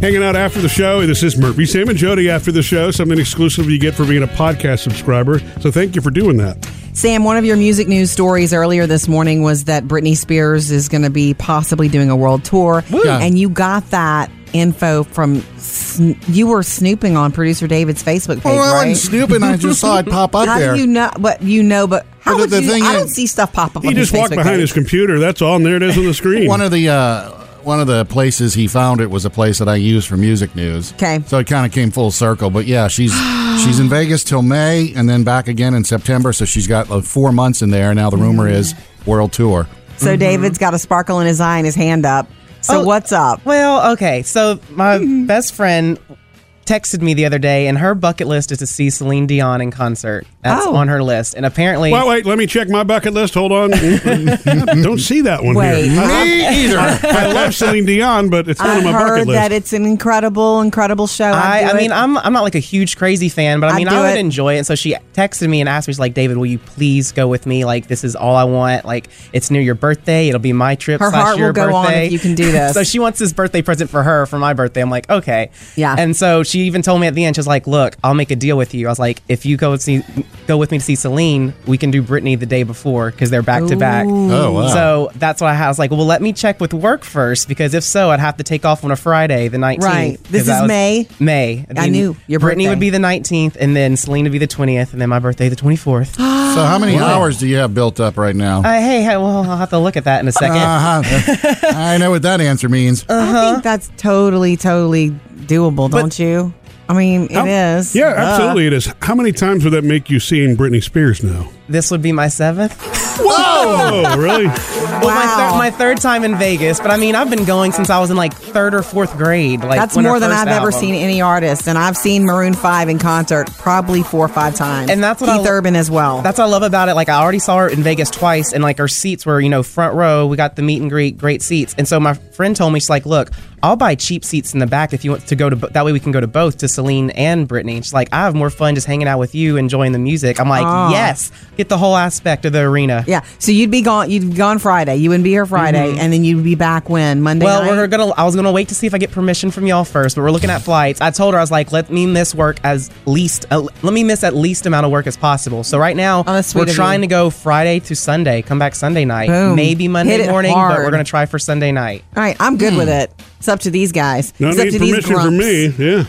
Hanging out after the show. This is Murphy, Sam, and Jody after the show. Something exclusive you get for being a podcast subscriber. So thank you for doing that. Sam, one of your music news stories earlier this morning was that Britney Spears is going to be possibly doing a world tour, Yeah. and you got that info from sn- you were snooping on producer David's Facebook page, Oh, I right? wasn't snooping. I just saw it pop up how there. do you know? But you know, but how But the- would the you? thing I is- don't see stuff pop up. He on just his walked Facebook behind page. his computer. That's all. And there it is on the screen. One of the uh, one of the places he found it was a place that I use for music news. 'Kay. So it kind of came full circle. But yeah, she's she's in Vegas till May and then back again in September. So she's got like, four months in there. Now the rumor is world tour. So David's got a sparkle in his eye and his hand up. So Oh. what's up? Well, okay. So my best friend texted me the other day, and her bucket list is to see Celine Dion in concert. That's Oh. on her list, and apparently. Well, wait, let me check my bucket list. Hold on. Don't see that one Wait, here. I, Me either. I love Celine Dion, but it's not I on my heard bucket list. that it's an incredible, incredible show. I, I'd I do mean, it. I'm I'm not like a huge crazy fan, but I I'd mean, do I would it. enjoy it. And so she texted me and asked me, she's like, David, will you please go with me? Like, this is all I want. Like, it's near your birthday. It'll be my trip. Her slash heart your will go on birthday. if you can do this. so she wants this birthday present for her for my birthday. I'm like, okay. Yeah. And so she even told me at the end, she's like, look, I'll make a deal with you. I was like, if you go see, go with me to see Celine, we can do Britney the day before because they're back to back. Oh, wow. So that's why I was like, well, let me check with work first because if so, I'd have to take off on a Friday, the 19th. Right. This is 'cause I was- May. May. I mean, knew your Brittany birthday. would be the 19th, and then Celine would be the 20th, and then my birthday the 24th. uh, So how many hours do you have built up right now? hey, hey, well, I'll have to look at that in a second. Uh-huh. I know what that answer means. I Uh-huh. think that's totally, totally doable, don't you? I mean, it is. Oh, How- Yeah, absolutely it is. How many times would that make you seeing Britney Spears now? this would be my seventh. Oh. Whoa! really? Well, my, Wow. thir- my third time in Vegas, but I mean, I've been going since I was in like third or fourth grade. Like That's when her more than first I've ever album- seen any artist, and I've seen Maroon Five in concert probably four or five times, And that's what I Keith lo- Urban as well. That's what I love about it. Like I already saw her in Vegas twice, and like our seats were, you know, front row. We got the meet and greet, great seats. And so my friend told me, she's like, "Look, I'll buy cheap seats in the back if you want to go to. bo- That way we can go to both to Celine and Brittany." And she's like, "I have more fun just hanging out with you, enjoying the music." I'm like, Ah. "Yes, get the whole aspect of the arena." yeah. So you'd be gone. You'd be gone Friday. You wouldn't be here Friday, and then you'd be back when Monday. Mm-hmm. Well, night? we're gonna. I was gonna wait to see if I get permission from y'all first, but we're looking at flights. I told her I was like, let me miss work as least. Uh, let me miss at least amount of work as possible. So right now, Oh, that's sweet we're of you. trying to go Friday to Sunday. Come back Sunday night, Boom. maybe Hit Monday it morning, hard. but we're gonna try for Sunday night. All right, I'm good Hmm. with it. It's up to these guys. No it's up need to these permission from grumps. me. Yeah.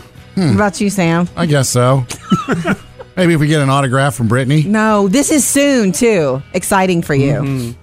What about you, Sam? I guess so. Uh. Maybe if we get an autograph from Brittany. Mm-hmm. No, this is soon too. Exciting for you.